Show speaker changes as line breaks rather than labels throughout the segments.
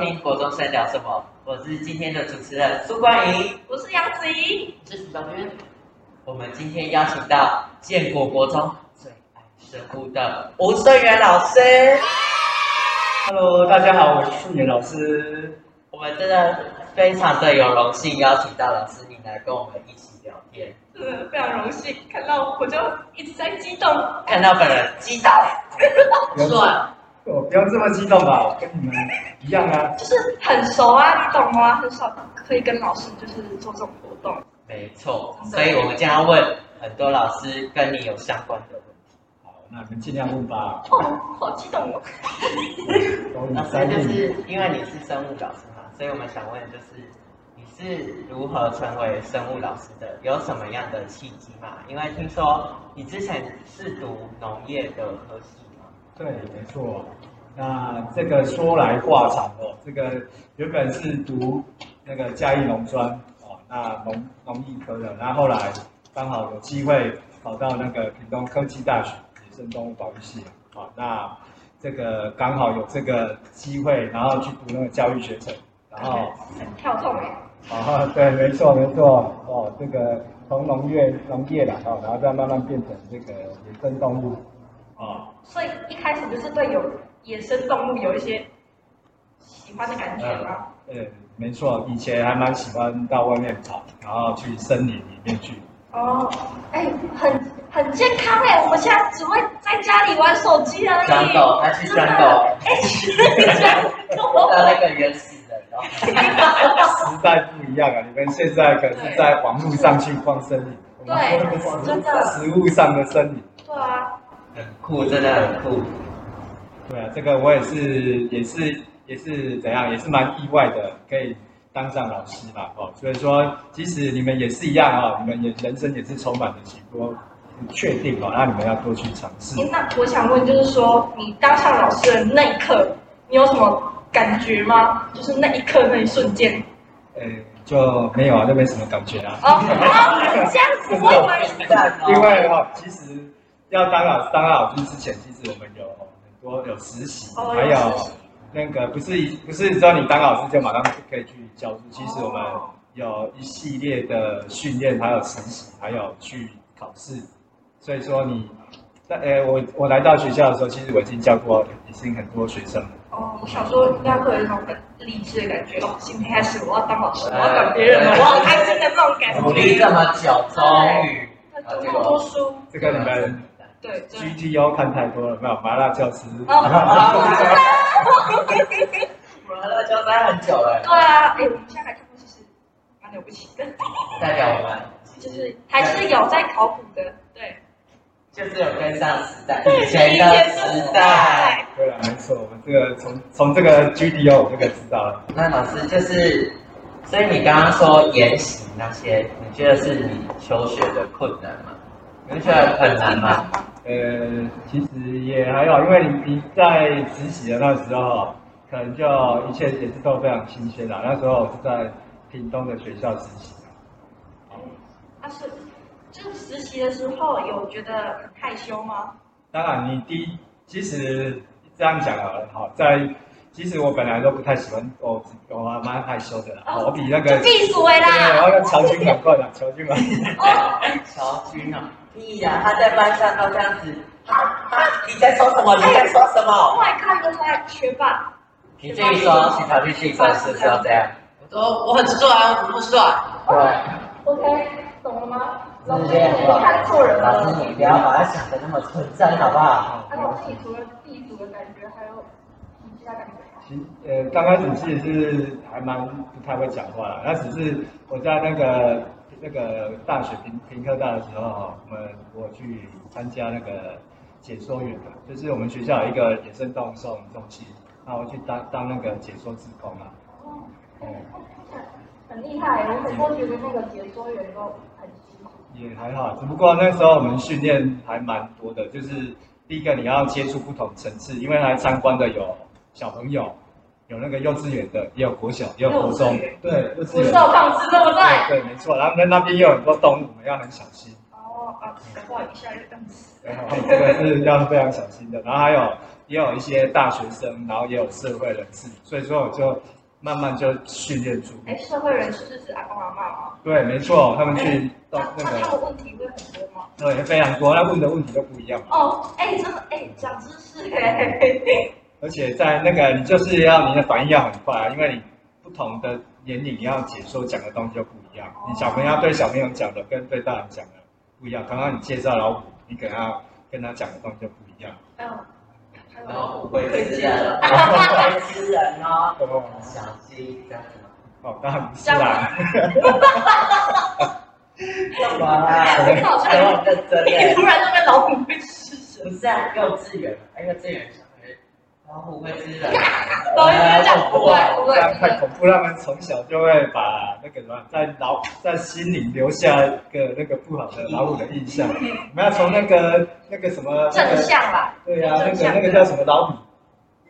听国中生聊什么，我是今天的主持人苏冠莹。
我是杨子怡，
这是小娟，
我们今天邀请到建国国中最爱生物的吴胜元老师。
Hello，大家好，我是顺元老师。
我们真的非常的有荣幸邀请到老师你来跟我们一起聊天，
真的非常荣幸看到，我就一直在激动。
看到本人击倒。
不要
帅，
哦，不要这么激动吧，我跟你们一样啊。
就是很熟啊，你懂吗？很少可以跟老师就是做这种活动。
没错，所以我们今天要问很多老师跟你有相关的问题。
好，那我们尽量问吧。
哦，好激动哦！
都你
老师
三
就
问，
是因为你是生物老师嘛，所以我们想问就是你是如何成为生物老师的？有什么样的契机嘛？因为听说你之前是读农业的科系嘛，
对，没错。那这个说来话长哦，这个原本是读那个嘉义农专哦，那农农艺科的，然后后来刚好有机会考到那个屏东科技大学野生动物保育系哦，那这个刚好有这个机会，然后去读那个教育学程，然后。
很跳动哎，
啊，对，没错没错，哦，这个从农业农业啦，哦，然后再慢慢变成这个野生动物，哦，
所以一开始就是对有野生动物有一些喜欢的感觉吗？
呃，没错，以前还蛮喜欢到外面跑，然后去森林里面去，
哦，哎，很很健康哎，我们现在只会在家里玩手机而已。
张狗，他去
真
张
的，
狗，
哎，你居然跟我
当那个原始人哦。
时代不一样啊，你们现在可是在网络上去逛森林，我们
对
那个食
真的
食物上的森林，
对啊，
很酷，真的很酷。
对啊，这个我也是也是也是怎样，也是蛮意外的，可以当上老师嘛，哦，所以说即使你们也是一样啊、你们也人生也是充满了许多不确定哦，那你们要多去尝试
哎。那我想问，就是说你当上老师的那一刻，你有什么感觉吗？就是那一刻那一瞬间。
呃，就没有啊，就没什么感觉啊，
哦，哦这样子，我以为
赞
因为哈、哦，其实要当老师当老师之前，其实我们有很多有实习，
哦
还
有实
有
习
那个不是一不是说你当老师就马上可以去教书，其实我们
哦
有一系列的训练，还有实习，还有去考试。所以说你，在呃，我我来到学校的时候，其实我已经教过已经很多学生了。
哦，我想说应该会有一种很励志的感觉哦，今天开始我要当老师，我要管别人了，我好开心的那种感
努力这
觉。
么久，终于
那读那么多书，
这个你们
哦对，真的
GTO 看太多了，没有麻辣教师。
哦，我
我们乐交山很久
知
了，
道对啊，哎，我们现在还看过，其实蛮了不起的，
代表我们
就是还是有在考古的，对，
就是有跟上时代，以前的时代。
对了，没错，我们这个从从这个 GTO 我这个知道了。
那老师就是，所以你刚刚说研习那些，你觉得是你求学的困难吗？你会觉得很难吗？
呃，其实也还好，因为你你在实习的那时候，可能就一切也是都非常新鲜啦。那时候我是在屏东的学校实习，
啊是，就是实习的时候有觉得很害羞吗？
当然你第一，其实这样讲好了，好在。其实我本来都不太喜欢，我我还蛮害羞的啦，
哦
我比那
就
个，
闭嘴
对，
啦！
我跟乔军很快的，乔军很
哦，
乔军啊，屁呀、他在班上都这样子，你在说什么？你在说什么？
我还看过他学霸，
你自己说，徐乔军自己说是不是要这样？
我说哦我很啊帅，我很 帅，
对，
OK，懂了吗？老
是
师，
这样
你看错人
老
了。
师，你不要把他想的那么纯真，好不好？
好
啊，。老师，你除了地主的感觉，还有你其他感觉吗？
其呃，刚开始其实是还蛮不太会讲话啦，那只是我在那个那个大学平平科大的时候哈，我们我去参加那个解说员嘛，就是我们学校有一个野生动物收容中心，那我去当当那个解说职工啊。
哦，
嗯
很厉害，我很多觉得那个解说员都很辛苦。
也还好，只不过那时候我们训练还蛮多的，就是第一个你要接触不同层次，因为来参观的有小朋友，有那个幼稚园的，也有国小，也有国中
幼稚园，
对，幼稚
不
园
受。控制，对不对？
对，没错。然后那那边又有很多动物，我们要很小心。
哦，好吧，搞不好一下就这样子。
然后这个是要非常小心的。然后还有也有一些大学生，然后也有社会人士，所以说我就慢慢就训练出。
哎，社会人士是指阿公阿妈吗？
对，没错，他们去到
那
那
那他
个
们问题会很多吗？
对非常多，他问的问题都不一样。
哦，哎，真的，哎，长知识哎。
而且在那个你就是要你的反应要很快啊，因为你不同的年龄你要解说讲的东西就不一样。你小朋友对小朋友讲的跟对大人讲的不一样。刚刚你介绍老虎，你可能要跟他讲的东西就不一样。
嗯，还有
然后会吃
接
人，哦会吃人哦，
哦，
小鸡这样子吗？
哦，当然不是啦，
干嘛啦？还要认真
你
耶
突然就跟老虎会吃
不是啊，幼稚园，哎，幼稚园小孩，老虎会吃人，
老虎会讲不会啊不
这
会
样
不
太
会。
恐怖。他们从小就会把那个什么，在老在心里留下一个那个不好的老虎的印象。我们要从那个那个什么，那
正
个
向啦，
对呀、那个那个叫什么老虎，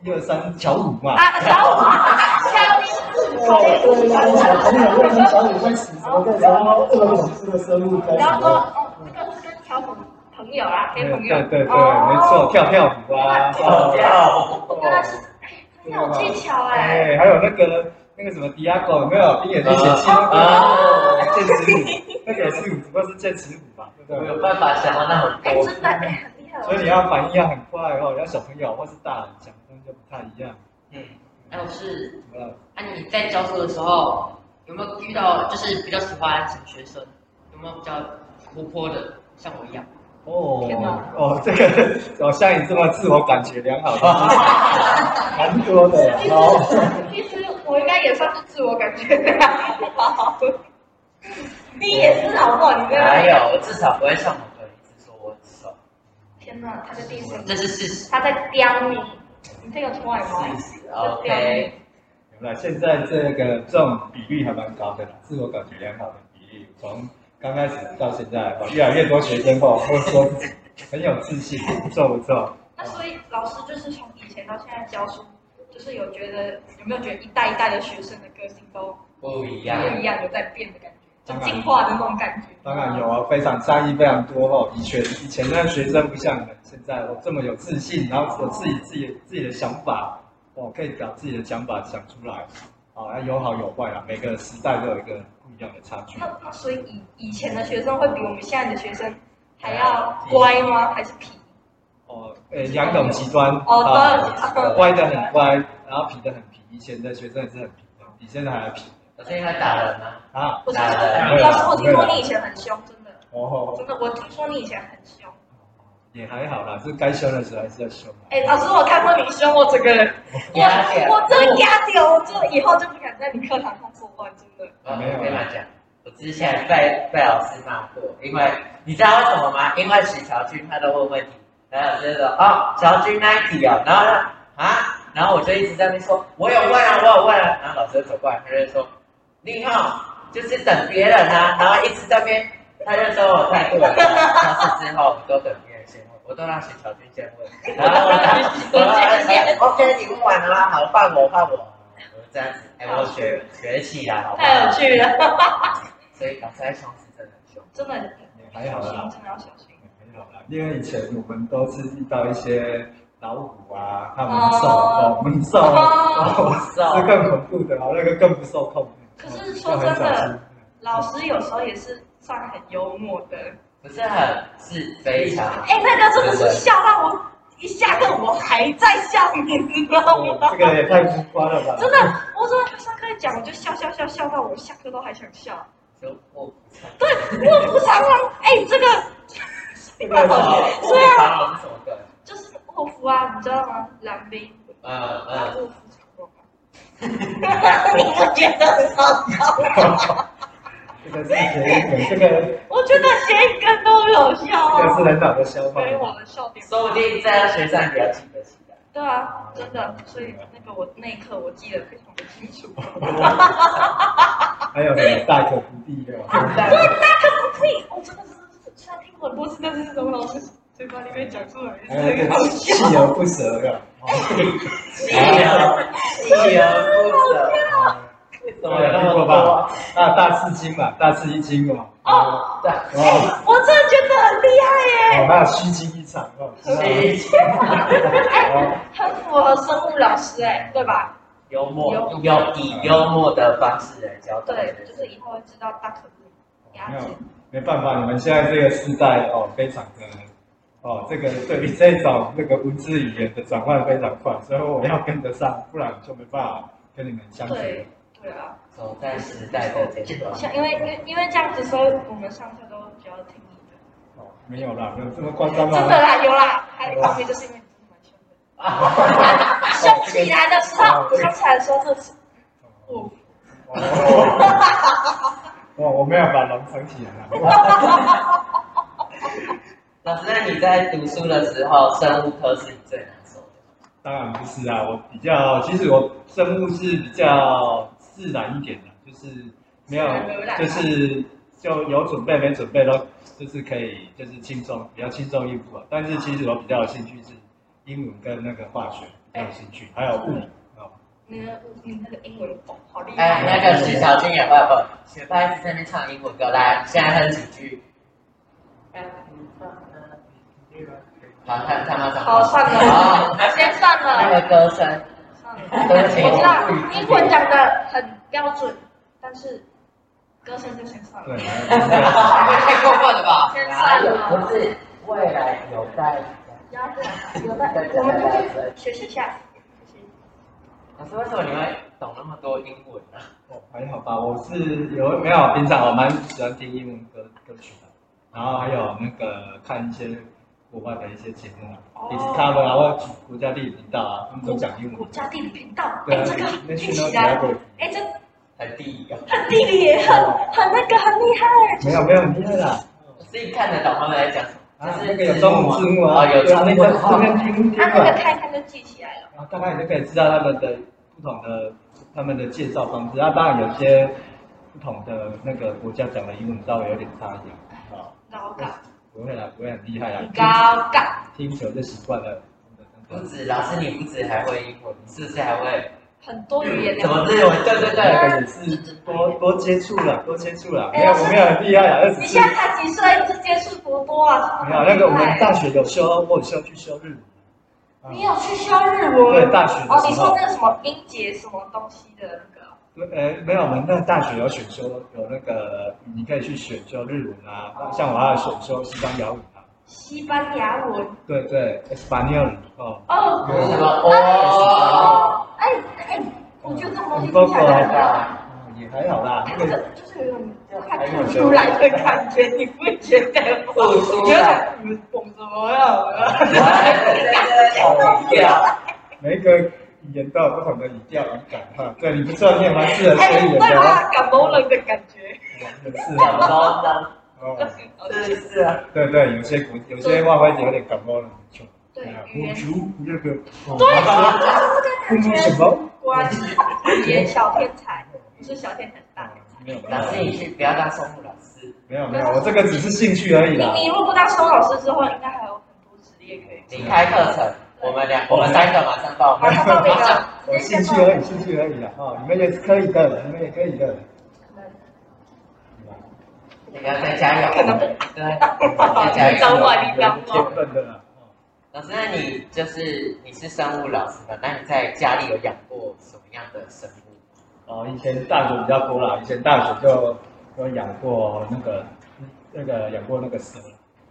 一二三小虎嘛。
啊， 老虎，小明，
对呀，我小朋友问小五会死什么的，然后这个恐怖的生物开始
然后说
了。
哦，这个是跟小虎朋友啦，
对
跟哎朋友，
对对，没
哦
错，跳跳虎啊，
好笑。
原来是，哎，很有技巧哎，
哎，还有那个那个什么迪亚狗有没有？冰眼历险记
啊
啊，剑齿 虎，那个也是虎，不过是剑齿虎嘛，对
我
不
有
对？
办法想到那么
哎，
多，
真的哎，很厉害哦。
所以你要反应要很快哦，要小朋友或是大人讲的东西就不太一样。
嗯，
还有是，
呃，
啊，你在教书的时候有没有遇到就是比较喜欢什么学生？有没有比较活泼的，像我一样？
哦
天哪
哦，这个哦，像你这么自我感觉良好的，蛮多的呀。
其实
哦，
其实我应该也算是自我感觉良好。你也是好不好？你在那
还
边
有我至少不会像某个人一直说我很瘦，
天哪，他在地上，
这是事实。
他在刁你，你这个出来吗？
四十 OK，
那现在这个这种比率还蛮高的啦，自我感觉良好的比例，从刚开始到现在，哦越来越多学生哦，会说自己很有自信，不错不错。
那所以老师就是从以前到现在教书，就是有觉得有没有觉得一代一代的学生的个性都
不一样，
不一样，有在变的感觉，就进化的那种感觉。
当然有啊，非常差异非常多哦。以前以前那学生不像你们现在我这么有自信，然后我自己自己自己的想法，我可以把自己的想法讲出来。哦，啊有好有坏啊，每个时代都有一个不一样的差距。
那那所以以以前的学生会比我们现在的学生还要乖吗？还是皮？
哦，呃，两种极端。
哦，
啊
都有几个。
乖的很乖，然后皮的很皮。以前的学生也是很皮的，比现在还皮
我最近在打人吗？
啊！
不是，老师，我听说你以前很凶，真的，
哦，
真的，我听说你以前很凶。
也还好啦，是该凶的时候还是要凶啊。
哎，老师，我看过你凶我整个人，我
压掉
我真的压掉，我真的以后就不敢在你课堂上作乱，真的。
我跟他讲，我之前被被老师骂过，因为你知道为什么吗？因为许乔军他都问问题，然后老师就说哦，乔军那一题哦，然后呢啊，然后我就一直在那边说，我有问啊，我有问啊，然后老师就走过来，他就说你好，就是等别人啊，然后一直在那边，他就说我太对了，考试之后我都等别人先问，我都让许乔军先问，然后我我我我哎 OK，你问完了吗？好，换我换我，我就这样子，哎，我学学起来，好不好？
太有趣了，
所以老师在上是真的很凶。
真的
也还
小
好
心，
啦，
真的要小心。
也还好啦，因为以前我们都是遇到一些老虎啊，他们瘦，哦，我们瘦，哦，是更恐怖的，哦，那个更不受控。
可是说真的，老师有时候也是算很幽默的。
不是很是非常
哎，那个真的是笑到我一下课我还在笑，你知道
哦
吗
这？个也太浮夸了吧？
真的，我真的上课讲，我就笑笑笑笑到我下课都还想笑。
就我
我不常常哎，这个
这个
我
虽然
我是什么梗？
就是卧夫啊，你知道吗？蓝冰，
呃
然
呃，
后卧夫常用 啊。你不觉得很好笑？
这个是谐音梗，这个
我觉得谐音梗都很好笑
这个是
啊，
很好的消化。
所以我的笑点。
说不定这样学生比较记得起来。
对啊，真的，所以那个我那一刻我记得非常的清 楚。
还有什么大可不必的？
呸！我真的是，虽然听过很多次，但是从老师嘴巴里面讲出来
还
哎
有
是
一
很
个
好
锲
笑。
而不舍的，
锲而锲而不舍，
对，听过吧？大大刺青嘛，大刺一惊嘛，
哦，
对，
哎、我真的觉得很厉害耶，
那虚惊一场哦。是吧
是
好
很符合生物老师哎，对吧？
幽默
幽，
有以幽默的方式来教导
对
学，
就
生
是以后会知道大可不牙
没有
齿。
没办法，你们现在这个时代哦，非常的哦，这个对于这种那个文字语言的转换非常快，所以我要跟得上，不然就没办法跟你们相处。
对对啊，
走在时代的尖端。
像因为因为因为这样子，所以我们上课都比较听你的。
哦，没有啦，没有这么夸张
真的
啦。
啦，有啦，还旁边就是因为你真的蛮凶的。凶起来的时候，凶起来的时候，这是我
哦，我我没有把龙藏起来啦。
老师，那你在读书的时候，生物科是你最难受的
当然不是啊，我比较，其实我生物是比较自然一点的，就是没有
自然而然，
就是就有准备没准备都就是可以，就是轻松，比较轻松应付啊。但是其实我比较有兴趣是英文跟那个化学比较有兴趣，还有物理哦。
你那个你那个英文哦，好厉
哎，
害！
那个许小静也会不学霸一直在那边唱英文歌，来，现在哼几句。好，他他妈唱。
好，算
好
了，先算
那
了，
个歌声，
算了。
哦对不起，
我知道
我不
英文讲的很标准，但是歌声就先算
对
了，，
太过分了 吧？
先算
啊不
了。
是未来有待。
然后有的我们就去学习一下，学习
老师，为什么你会懂那么多英文呢？
哦还好吧，我是有没有平常我蛮喜欢听英文歌歌曲的，然后还有那个看一些国外的一些节目啊
哦
，Discover 啊，或国家地理频道啊，他们都讲英
国
文。
家地理频道，
对
哎，
啊
这个听起来，
，National
哎，这
很地狱哦。
很地理也很很那个很厉害，
没有没有很厉害啦，
我自己看得懂他们在讲什么，
啊，
就
那
是
个有中文字幕啊，
哦有中
那
文
个
字
后面
幕，
听听
他那个
啊，
开看就记起来了。
然后大概你就可以知道他们的不同的他们的介绍方式，那啊当然有些不同的那个国家讲的英文稍微有点差一点，啊，
老高，
不会啦，不会很厉害啦，
高高，
听听久就习惯了。
不止老师，你不止还会英文，你是不是还会
很多语言
什
的。
么日文？对对对，
那个也是多多接触了，多接触了，没
哎
有
老师
我没有很厉害啦，二十
你
四
现。在才几岁，就接触多多啊？
没有那个我们大学有修，我有修去修日文。啊
你有去修日文？
对大学的时候
哦，你说那个什么音节什么东西的那个？
对，呃，没有，我们那大学有选修，有那个你可以去选修日文啊，像我还有选修西班牙文啊，
西班牙文
对对，Espanol 哦，
哦，
有什么哦？
哦，哎哎，我觉得这种东西听
包
起
括
来很好，
嗯也还 好啦，
它
那
这
个
个就是有种看不出来的感觉，你不会觉得吗？
不
我
出
觉
来，
得你们懂什么呀？
跑掉，
每一个语言都有不同的语调语感哈。对，你不知道你也蛮适合
哎，
学语
对
言的哦，
吧？感冒了的感觉，
很适
两
合
包呢？
哦。
是是啊，
对对，有些国有些外汇有点感冒了，没错。
对
哎呀
语言
我觉得那个
对，
哦
就是这个感
什
觉。
么？
果然是语言小天才，不是小天才大天才。
没有
老师你去不要当生物老师，
没有没有，我这个只是兴趣而已啦。
你你如果不当收老师之后，应该还有很多职业可以做。
你开课程，我们两我们三个马上报
马
名。
上报名了，
我兴趣而已，兴趣而已啦。哦，你们也是可以的，你们也可以的。
你要再加油，
可能不
对，再加
张
油。
万林张
天
望，
分的啦。哦
老师，那你就是你是生物老师嘛？那你在家里有养过什么样的生物？
哦，以前大学比较多啦，以前大学就有养过那个那个养过那个蛇。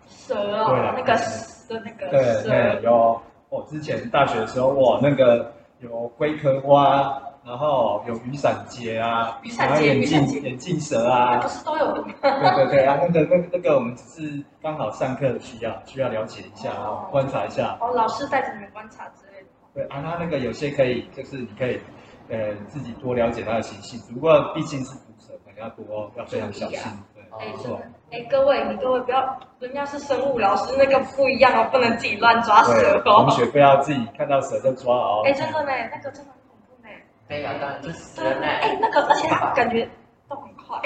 蛇哦，那个蛇那个
对对，
蛇，
有我之前大学的时候，哇，那个有龟壳蛙，然后有雨伞节啊，
雨伞
然后
节
眼
雨伞节
镜眼镜蛇
那
啊
不，是都有吗？
对对对啊，那个那个那个，我们只是刚好上课需要需要了解一下
哦
哦，观察一下。
哦，老师带着你们观察之类的。
对啊，它那个有些可以，就是你可以呃自己多了解它的习性，只不过毕竟是毒蛇，可能要多要非常小心。对，
哦
哎，
没
真
错
的，哎，各位，你各位不要，人家是生物老师，那个不一样哦，不能自己乱抓蛇
对，同
哦。
学不要自己看到蛇就抓哦。
哎，真的呢，那个真的很恐怖呢。
被咬到你就死
对
了
对，
呢。
哎，那个而且它感觉都很快，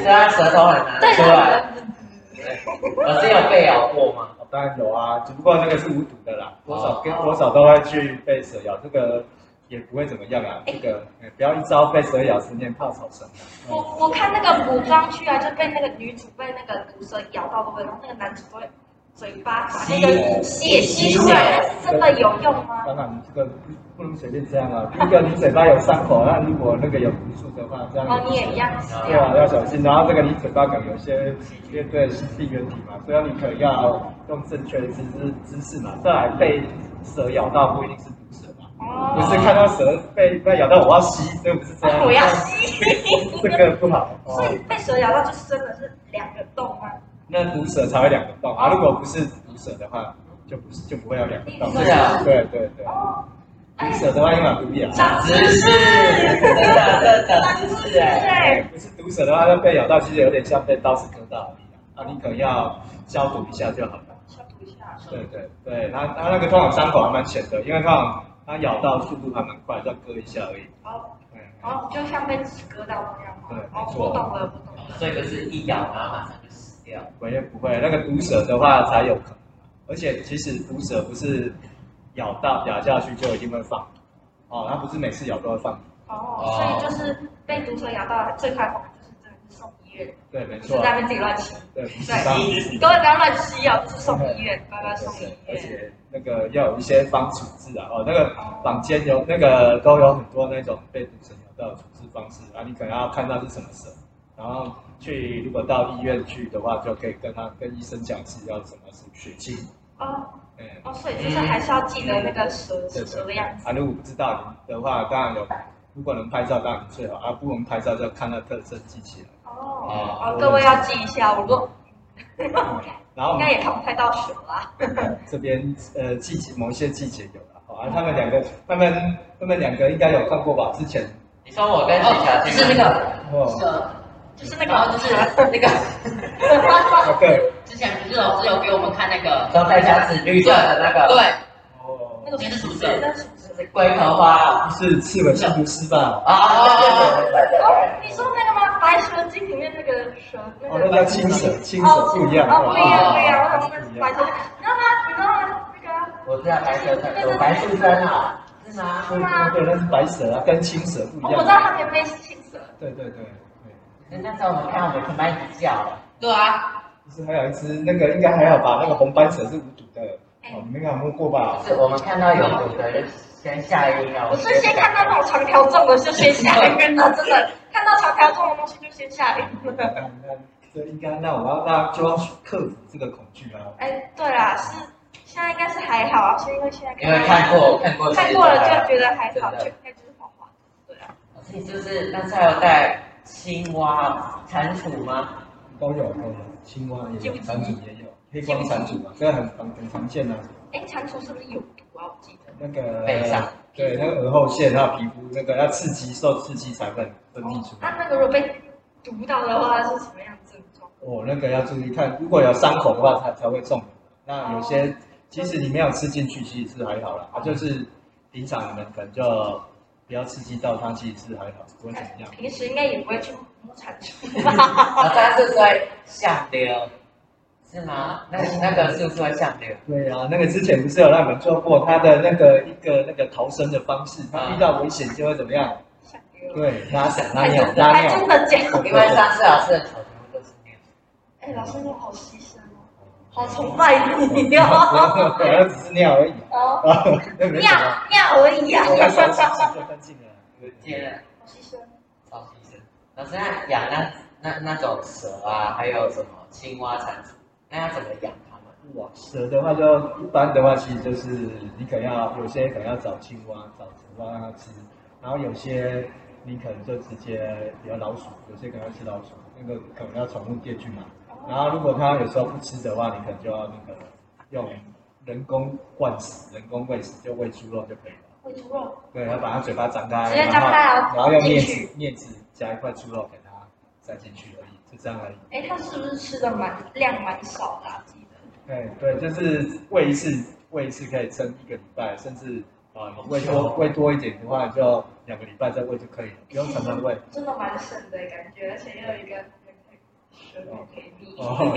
虽然舌头很难
对
出来，
对
老师有被咬过吗？
哦当然有啊，只不过那个是无毒的啦，多少
哦
跟多少都会去被蛇咬。这个也不会怎么样啊。
哎
这个呃不要一招被蛇咬，十年怕草绳。啊
我我看那个古装剧啊，就被那个女主被那个毒蛇咬到，对不对？然后那个男主都会嘴巴把那个血吸出来，真的有用吗？
嗯当然，这个不不能随便这样啊。第一个，你嘴巴有伤口，那如果那个有毒素的话，这样
哦，你也一样死
对
掉
啊，。要小心。然后这个你嘴巴可能有些面对是病原体嘛，所以你可能要用正确的姿势姿势嘛。再来被蛇咬到不一定是毒蛇嘛，不是
哦，
看到蛇被被咬到我要吸，所以不是这样。
我要吸，
这个不好
所
哦
以。被蛇咬到就是真的是两个洞吗？
那毒蛇才会两个洞啊，如果不是毒蛇的话，就不是就不会有两个洞。
是啊
对对对，
哦，
毒蛇的话应该不必啊。
长知
知
识
识，真的 真的
知
是
识
哎，
哎，
不是毒蛇的话，它被咬到其实有点像被刀子割到一样啊，你可能要消毒一下就好了。
消毒一下。
对对对，它它那个通常伤口还蛮浅的，因为通常它咬到速度还蛮快，再割一下而已。
哦，
嗯，
然后就像被纸割到那样。
对
哦，
没
我
错
懂了，我懂了。
所以就是一咬然后马上就死掉。
哦
我也不会，那个毒蛇的话才有可能，而且其实毒蛇不是咬到咬下去就一定会放毒，哦，它不是每次咬都会放毒。
哦，所以就是被毒蛇咬到，最快方法就是真的是送医院，
对，没
不是啊
错啊
在，那边自己乱吸。
对，不是
对
当
各位不要乱吸哦，就是送医院，乖乖送医
而
院。
且那个要有一些方处置啊，哦，那个坊间有那个都有很多那种被毒蛇咬到的处置方式啊，你可能要看到是什么蛇，然后去如果到医院去的话，就可以跟他跟医生讲是要什么是血清，
哦
嗯，
哦，所以就是还是要记得那个蛇
对
是蛇的样子。
啊，如果不知道的话，当然有，如果能拍照当然最好，啊，不能拍照就看到特征记起来，
哦哦，各位要记一下，我若
然
哦
后
应该也看不太到蛇啦。
这边呃季节某些季节有了，好、啊，他们两个，他们他们两个应该有看过吧？之前
你说我跟许
哦，
乔
就
去
是那个
哦，
蛇，
就是那
然后
个，
就是那个，
那个
之前不是老师有给我们看那个
都在小指绿色的那个
对，
哦
那，个
那是毒蛇
那是毒蛇。
龟壳花
不是刺吻是不是吧？
啊，对对对对
哦，你说那个吗？《白蛇精》里面那个蛇，那
哦，
个
那叫青蛇，青蛇不一样，
哦，不一样，不一样。我
哦
想那是白蛇，你知道吗？你知道吗？那个
我知道白蛇生有白素贞啊，是吗？
对对对，那是白蛇啊，跟青蛇不一
哦，
样。
我知道它里面是青蛇。
对对对，对
那那时候我们看我们同班一直叫，
对啊，
就是还有一只那个应该还好吧，那个红斑蛇是无毒的，哦，你们应该有摸过吧
就？是我们看到有毒的就先吓一跳。
我是先看到那种长条状的就先吓晕了，真的，看到长条状的东西就先吓晕了。
那这应该，那我要那就要克服这个恐惧啊。
哎，对啦，是现在应该是还好啊，是因为现在
因为看过看过
看过了就觉得还好，
真
就
的
应该就是滑滑的，对啊。
老师你是不是那时候有带青蛙、蟾蜍吗？
都有都有，青蛙也
记
有
不，记
蟾蜍也有，黑光蟾蜍嘛，这个很常很常见啊。
哎，蟾蜍是不是有毒啊？我记得。
那个
背上
对，那个耳后腺，还有皮肤，那个要刺激，受刺激才分分泌出
哦，那
来。
那个如果被毒到的话是什么样的症状？
哦，那个要注意看，如果有伤口的话，它才会中毒。那有些其实你没有吃进去，其实是还好啦，啊，就是平常你们可能就不要刺激到它，其实是还好，不会怎么样。
平时应该也不会去摸蟾蜍吧？
好像是在下流，是吗？那那个是不是会下流？
对啊，那个之前不是有让你们做过他的那个一个那个逃生的方式，他遇到危险就会怎么样？
吓晕了
对，拉屎、拉
还
尿
真、的
拉
还
尿
真。的假的？
因为 上次老师的头全部都是尿。
哎，老师你好牺牲哦，好崇拜你 哦。
对，那只是尿而已
哦，
啊，那没
尿
什么。
尿而已啊。
我刚才洗就干净了。
接着
好牺牲。
超级生，老师那养那那那种蛇啊，还有什么青蛙、蟾蜍，那要怎么养它们？
哇，蛇的话就一般的话，其实就是你可能要有些可能要找青蛙、找竹蛙让它吃，然后有些你可能就直接比如老鼠，有些可能要吃老鼠，那个可能要宠物店去买。然后如果它有时候不吃的话，你可能就要那个用人工灌食、人工喂食，就喂猪肉就可以了。
喂猪肉，
对，要把它嘴巴张开，
直接张开哦
然
然
后
后
然后用
进
镊
去
子镊子夹一块猪肉给它塞进去而已，就这样而已。
哎，它是不是吃的蛮量蛮少的啊？记得。
对哎对，就是喂一次，喂一次可以撑一个礼拜，甚至啊，你喂多喂多一点的话，就两个礼拜再喂就可以了，不用常常喂。
真的蛮省的感觉，而且又有一个人可以陪你，
哦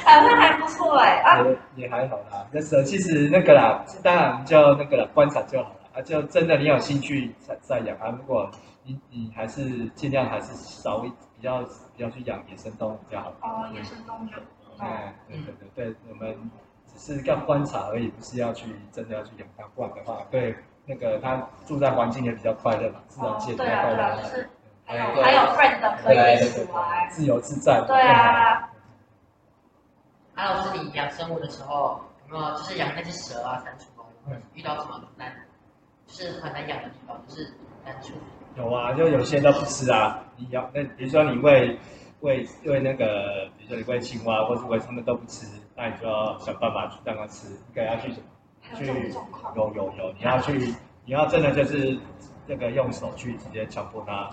好像还不错哎啊！
也也还好啦，那蛇其实那个啦，当然就那个啦，观察就好了啊。啊，就真的你有兴趣再再养啊。如果你你还是尽量还是少一比较比较去养野生动物比较好。
哦，野生动物就嗯哦
哎，对对对对，我们只是要观察而已，不是要去真的要去养它。不然的话，对那个它住在环境也比较快乐嘛，自
哦
然界，比较
对啊
快
对啊，就
乐嘛，
是还有还有 friend 的可以一起玩，
自由自在。
对，啊，
啊，老师，你养生物的时候有没有就是养那些蛇啊、蟾蜍啊，有没
嗯
有遇到什么难，就是很难养的地方，就是难处？
有啊，就有些都不吃啊。你养那比如说你喂喂喂那个，比如说你喂青蛙或是喂它们都不吃，那你就要想办法去让它吃，你给它去
还有这种状况，
有有有，你要去，你要真的就是那个用手去直接强迫它，啊，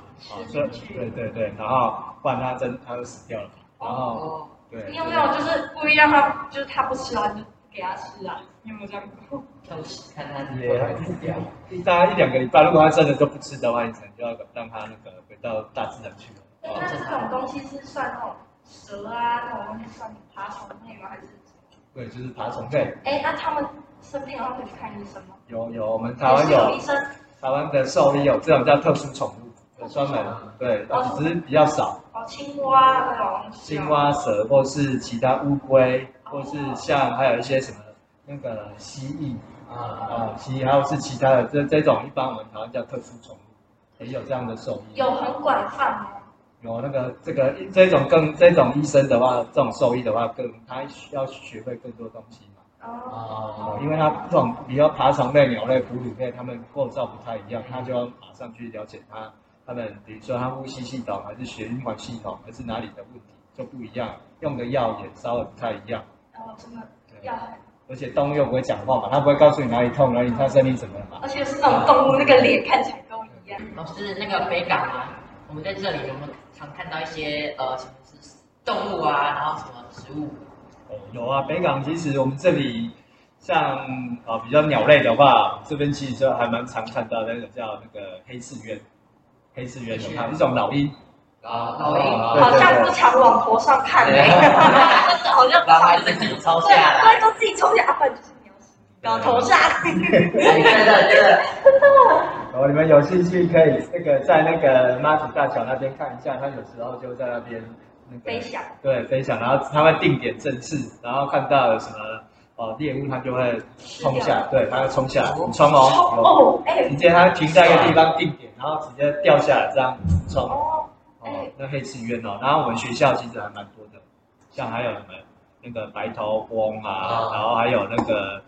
所以对对对，然后不然它真它就死掉了，然后
哦，
对，
你有没有就是故意让他就是他不吃啊，你就给他吃啊？你有没有这样过？
跳起看它
对
啊
也还是这样一大概一两个礼拜，如果它真的都不吃的话，你可能就要让它那个回到大自然去了。
那哦这种东西是算那种蛇啊，那种东西算爬虫类吗？还是？
对，就是爬虫类，
哎，那他们生病的话可以去看医生吗？
有有，我们台湾
也是有
有
医生
台湾的兽医有这种叫特殊宠物，有专门对，只是比较少。
哦，青蛙那种东西啊
青，蛙、蛇，或是其他乌龟，或是像还有一些什么那个蜥蜴啊啊，蜥蜴，还有是其他的这这种，一般我们台湾叫特殊宠物，也有这样的兽医。
有很广泛吗？
有那个这个这种更这种医生的话，这种兽医的话更他需要学会更多东西嘛，
哦，
啊，因为他这种比较爬虫类、鸟类、哺乳类，它们构造不太一样，他就要马上去了解它它们，比如说它呼吸系统还是血循环系统还是哪里的问题就不一样，用的药也稍微不太一样。
然后哦真的
对
要很，
而且动物又不会讲话嘛，它不会告诉你哪里痛，哪里它生病怎么了嘛。
而且是那种动物，那个脸看起来都一样。
老师，那个北港啊，我们在这里有没有常看到一些呃什么是动物啊，然后什么植物？
哦，有啊，北港其实我们这里像啊、比较鸟类的话，这边其实就还蛮常看到那个叫那个黑翅鸢，黑翅鸢有看一种老鹰，
哦
啊
老鹰对
好像不常往头上看欸，真的好像不
然后
常
它就自己抄下
对啊，
来，
对，都自己冲下来，啊不然就是鸟屎，搞头上。
对对对，
然哦后你们有兴趣可以那个在那个妈祖大桥那边看一下，它有时候就在那边那个
飞翔，
对飞翔，然后它会定点正视，然后看到有什么哦猎物，它就会冲下来，对，它会冲下来，冲哦，有
哦，哎
直，接它停在一个地方定点，然后直接掉下来这样冲。
哦，
哦，那黑翅鸢哦，然后我们学校其实还蛮多的，像还有什么那个白头翁啊，
啊
然后还有那个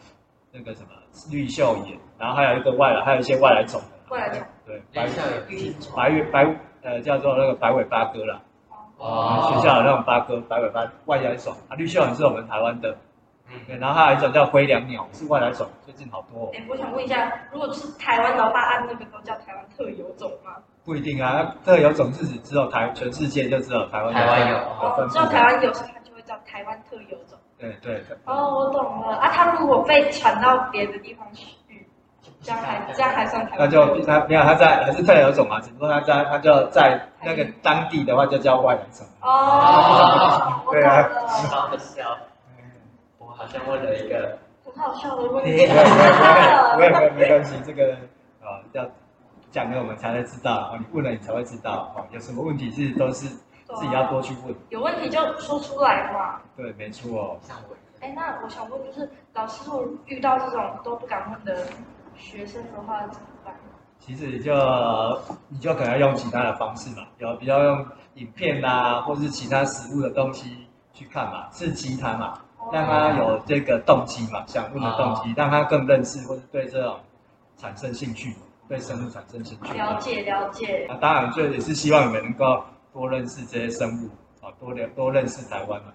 那个什么绿袖眼，然后还有一个外来，还有一些外来种的。
外来种。哎
对，白
白色有玉形虫，
白尾白呃叫做那个白尾八哥啦，我们
啊
哦
学校有那种八哥白尾八外来种啊，绿袖眼是我们台湾的，
嗯
对，然后还有一种叫灰椋鸟是外来种，最近好多哦、
哎，我想问一下，如果是台湾老大按那个都叫台湾特有种吗？
不一定啊，特有种是指只有台全世界就只有台湾
台湾有
哦
分，
只有
布
台
的，
湾有，所以它就会叫台湾特有种。
对对对。
哦，我懂了啊，它如果被传到别的地方去，这样 还这样还算台
那
湾特
就
有 种？
他没有他在还是特有种嘛，只不过他在他就在那个当地的话就叫外来种。
哦，我懂
啊
了，
好笑，我好像问了一个，
很好笑的问
没
题
有。 没有没有没关系，这个啊要讲给我们才会知道啊，你问了你才会知道啊，有什么问题是都是
啊
自己要多去问。
有问题就说出来嘛。
对，没错哦。
像我
哎，那我想问，就是老师如果遇到这种都不敢问的学生的话，怎么办？
其实你就你就可能要用其他的方式嘛，有比较用影片啦、或是其他实物的东西去看嘛，刺激他嘛。
哦
让他有这个动机嘛，想问的动机，让他更认识或者对这种产生兴趣，对生物产生兴趣。
了解了解，
啊，当然这也是希望你们能够多认识这些生物啊，多了多认识台湾嘛。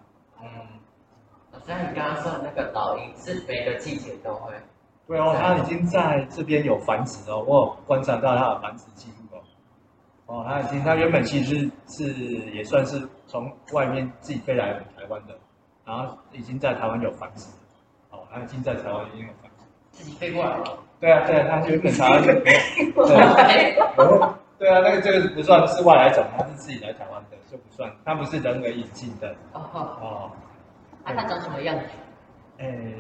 嗯，老师，你刚刚说的那个老鹰是每个季节都会，
对哦，它已经在这边有繁殖哦，我有观察到它的繁殖记录哦。哦，它已经，它原本其实是是也算是从外面自己飞来我们台湾的，然后已经在台湾有繁殖了。哦，它已经在台湾已经有繁殖。
自己飞过来的，
对啊，对啊，它原本台湾没有。
哎
对，对啊，那个这个不算是外来种，它是自己来台湾的，就不算，它不是人为引进的
哦，
哦。
啊，它长什么样子？
诶，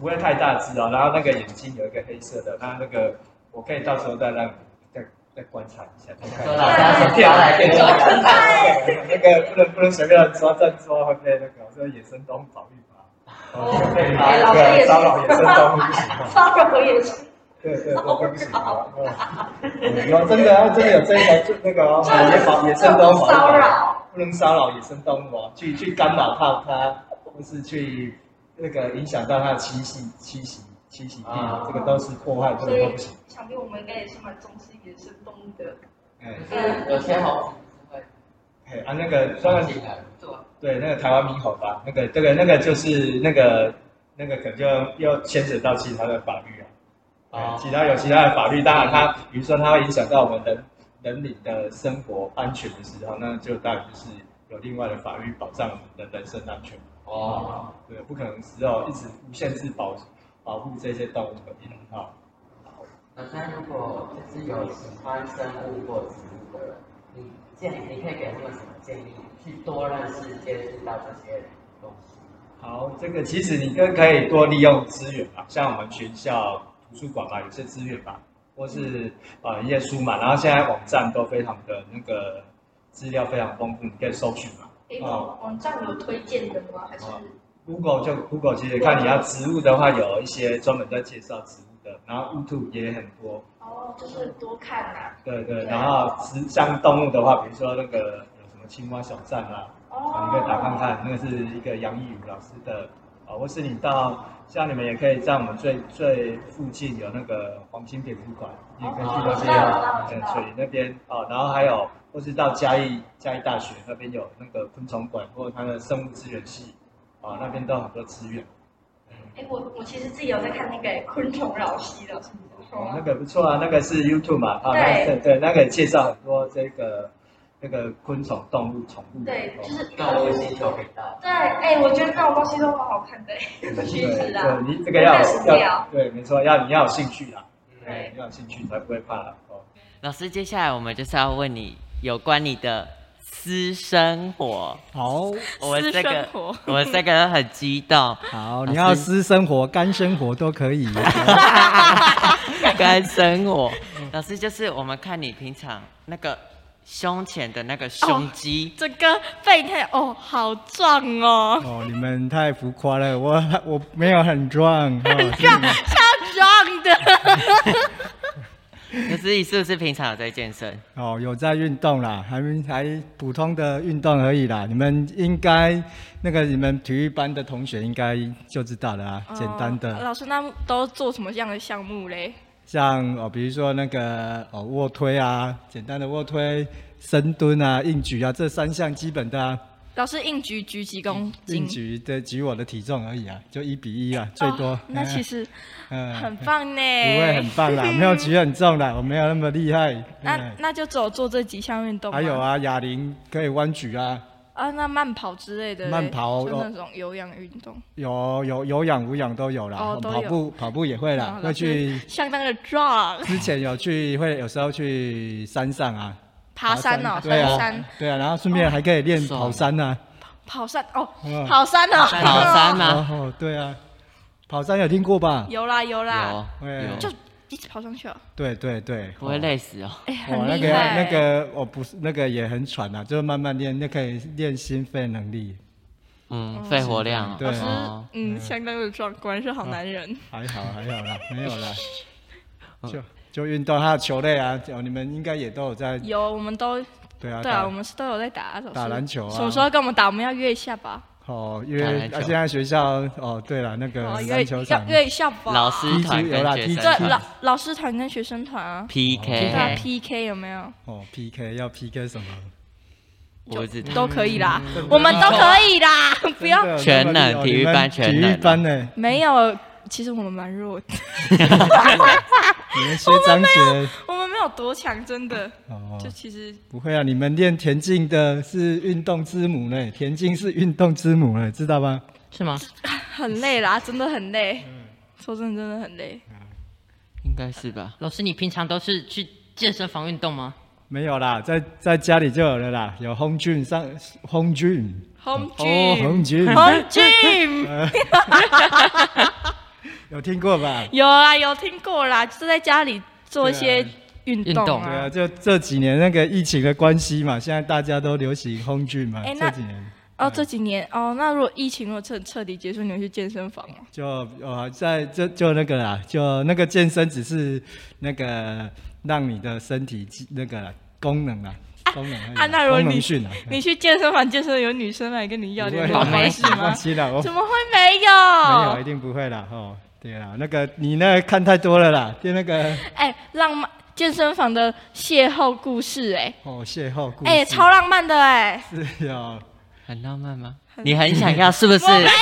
不会太大只哦，然后那个眼睛有一个黑色的，它那个我可以到时候再让你再再观察一下，再看
说
一
老师
下。
要从跳来变成
那个不能不能随便乱抓，乱抓会被那个这野生动物保育法，
哦
会被
哎老师也
对
是
骚扰野生动物不行啊。
骚扰也 是，
对对，都会不行啊。嗯有真的啊，真的有这一条，就那个哦野保野
这
生动
种
物保育法
骚扰，
不能骚扰野生动物哦，去去干扰到它，或是去那个影响到它的栖息栖息栖息地，
啊
这个都是破坏，这
所
个都
以
不行。
想必我们应该也是蛮重视野生动物的。
哎
就是有些猴子会啊
哎啊，那个当然
进来，
做，
对那个台湾猕猴吧，那个这个那个就是那个那个可能就要牵扯到其他的法律啊。
哦
啊，其他有其他的法律，当然它，比如说它会影响到我们人人民的生活安全的时候，那就当然就是有另外的法律保障我们的人身安全。
哦，
对，不可能只有一直无限制保保护这些动物的人啊。
那那如果就是有喜欢生物或植物的人，你建你可以给他们什么建议，去多认识、接触到这些东西？
好，这个其实你更可以多利用资源吧，像我们学校图书馆吧，有些资源吧，或是呃一些书嘛，然后现在网站都非常的那个资料非常丰富，你可以搜寻嘛。
哎，
哦
网网站有推荐的吗？还是
哦 Google 就 Google，其实看你要植物的话，有一些专门在介绍植物的，然后 YouTube 也很多，
哦，就是多看呐。
对对。
对
然后植像动物的话，比如说那个有什么青蛙小站啦、啊，
哦，
你可以打看看，那个是一个杨义武老师的，啊，或是你到像你们也可以在我们最最附近有那个黄金蝙蝠馆，你也可以去
哦
那
我知
边
道我，知
嗯
道，
所以那边哦，然后还有或是到嘉义嘉义大学那边有那个昆虫馆或它的生物资源系，啊、那边都有很多资源。
哎，我我其实自己有在看那个昆虫老师的，
哦，那个不错啊，那个是 YouTube 嘛，啊，那
对
对对，那个也介绍很多这个那个昆虫、动物、宠物，
对，
哦
就是
动物星球频道，
对，哎，我觉得那种东西都蛮好看的，
对
趋势
对
啊，
你这个要
真的很无
有
聊
要对，没错，要你要有兴趣啦，
对
哎，你要有兴趣才不会怕啦哦。
老师，接下来我们就是要问你有关你的私生活。
好
我这
私生
个
活，
我这个很激 动，
好，
老
你要
师
私生活、干生活都可以。啊
干生活。老师，就是我们看你平常那个胸前的那个胸肌，
整个背太哦，好壮 哦，
哦，你们太浮夸了，我我没有很壮，哦、
超壮的。
可是你是不是平常有在健身？
哦，有在运动啦，还没还普通的运动而已啦。你们应该那个你们体育班的同学应该就知道了啊，简单
哦
的，
老师，那都做什么样的项目嘞？
像哦，比如说那个哦卧推啊，简单的卧推、深蹲啊、硬举啊，这三项基本的、啊。
老师硬举举几公斤？
硬举的举我的体重而已啊，就一比一啊，最多。
哦那其实
嗯
很棒呢。
不会很棒啦，没有举很重啦，我没有那么厉害。
那
嗯
那就只有做这几项运动。
还有。啊，哑铃可以弯举啊，
啊，那慢跑之类的嘞，
慢跑
就
哦
那种有氧运动，
有有有氧无氧都有啦，
哦都
跑
有
步跑步也会啦
哦，
会
老
去
师相当的壮，
之前有去会有时候去山上啊，
爬山哦，
对
登
啊
山，
对啊，然后顺便还可以练跑山啊，
跑山哦
嗯，
跑山哦，
跑山啊，
哦对啊，跑山有听过吧？
有啦有啦，
有
对
有，
就一直跑上去哦，
对对对，
不会累死哦。
哎，
哦。
很
那
厉
个
害，
那个，我不是那个也很喘啊，就是慢慢练，那可以练心肺能力，
嗯，肺活量哦。
对啊
是
哦
嗯，相当的壮，果然是好男人。
还好还好 啦，没有啦，
哦
就就运动还有球类啊，哦，你们应该也都有在
有，我们都
对啊，
对啊，
打
我们是都有在打手势
打篮球啊
什么时候跟我们打？我们要约一下吧。
哦，因为
打篮球
啊现在学校哦，对了，那个
哦，约
篮球
要
场
约一下吧。
老师
踢足
团
有啦
跟学
踢足
生
对
团
老老师团跟学生团啊，对啊
PK，
PK 有没有？
哦 PK 要 PK 什么？
我不知道。
都可以啦，我们都可以啦，不要
全能
真的有那么厉害哦
体育班全
你们体
能啊
育班呢，
没有。其实我们蛮弱 的，
你们学长姐
我们没有多强，真的。
哦
就。其实
不会啊，你们练田径的是运动之母呢，田径是运动之母呢，知道吗？
是吗？
很累啦，真的很累。
嗯
说真的，真的很累。
应该是吧。
老师，你平常都是去健身房运动吗？
没有啦，在在家里就有了啦，有 home gym 上 home gym
Home
哦 home
gym，home
gym
gym，
有听过吧？
有啊，有听过啦，就是在家里做一
对
些
啊
运
运
动
动
对
啊
啊，。就这几年那个疫情的关系嘛，现在大家都流行空军嘛，
哎那
这几年
哦，这几年哦，那如果疫情如果彻彻底结束，你们去健身房吗？
就呃在就就那个啦，就那个健身只是那个让你的身体机那个啦功能啦，功能而已
啊那如果
功能
你
训啊，
你去健身房健身有女生来跟你要
不
啊
联
会
络
啦
关系
放
吗？
心啦，我
怎么会没
没有，啊
有
一？定不会啦，哦，对啦，那个你那个看太多了啦，就那个
哎、浪漫健身房的邂逅故事、
哦邂逅故事，
哎，哎，超浪漫的、哎，
是哦，
很浪漫吗？你很想要是不是
我？没有啦，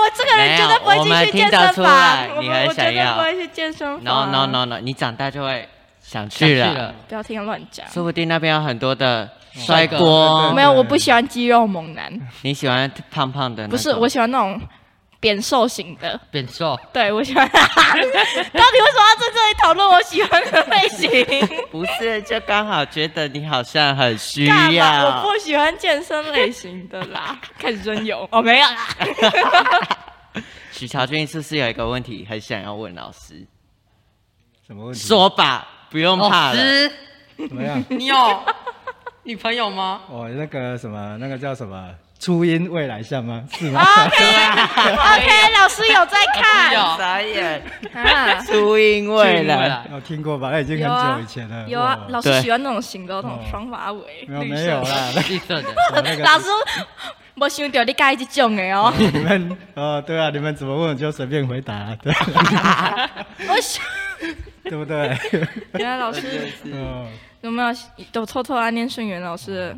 我这个人绝对不会
没有我们
进去健
听得
身
出
房，
来
我
你
们
很
我绝
想
对
要
不会去健 身
No
房。
no no no，你长大就会想去了，
不要听他乱讲。
说不定那边有很多的帅帅哥
对
锅。
没有，我不喜欢肌肉猛男，
你喜欢胖胖的那种？
不是，我喜欢那种扁瘦型的。
变瘦，
哦
对，我喜欢。到 底为什么要在这里讨论我喜欢的类型？
不是就刚好觉得你好像很需
干嘛？
要。
我不喜欢健身类型的啦，开始真有，哦，没有啦。
许乔军是不是有一个问题很想要问老师？
什么问题？
说吧，不用怕
老
了。
师，
怎么样？
你有女朋友吗？
哦，那个什么，那个叫什么？初音未来像吗？是吗？
OK，老师有在看
有
傻眼，
啊？
初音未
初音未
来
来。
有听过吧？哎那已经
有啊
很久以前了。
有啊
哇，
老师
对
喜欢那种型的，那种
哦
双马尾，
嗯没有
绿
没
色
有啦，
绿色的，
那个
老师，我想到你介这种的 哦，
你们哦，对啊，你们怎么问我就随便回答、啊，对
我想，
对不 对？
原来老师
哦，
有没有都偷偷暗恋顺元老师的？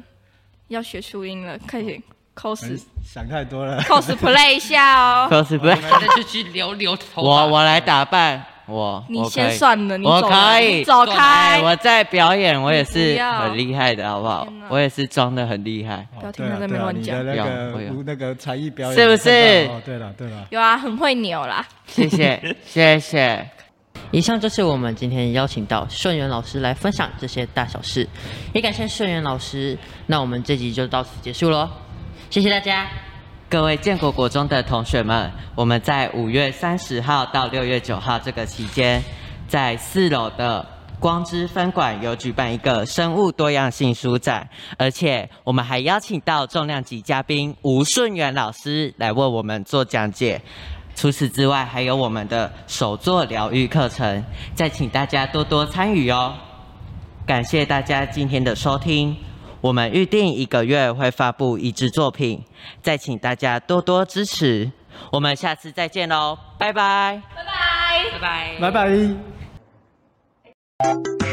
要学初音了，快点 cos
想太多
哎
了。
cosplay 一下哦。
cosplay。
那就去留留头
我
发。
我来打扮我，
你
我可
先
以
算了，你
我
走
可
开，
以
你走
哎
开，
我在表演，我也
你
是
不要
很厉害的，好不好
天哪？
我也是装的很厉害。
哦
不要听
对啊
他在那边
对啊
乱
你
讲
的那
有我有
个那个才艺表演
是不
我看到
是
哦，对了对了，
有啊，很会扭啦。
谢谢，谢谢。
以上就是我们今天邀请到顺元老师来分享这些大小事，也感谢顺元老师。那我们这集就到此结束喽，谢谢大家。
各位建国国中的同学们，我们在五月三十号到六月九号这个期间，在四楼的光之分馆有举办一个生物多样性书展，而且我们还邀请到重量级嘉宾吴顺元老师来为我们做讲解。除此之外，还有我们的手作疗愈课程，再请大家多多参与哦。感谢大家今天的收听。哦我们预定一个月会发布一支作品，再请大家多多支持。我们下次再见喽，拜拜。
拜拜。
拜拜
拜拜。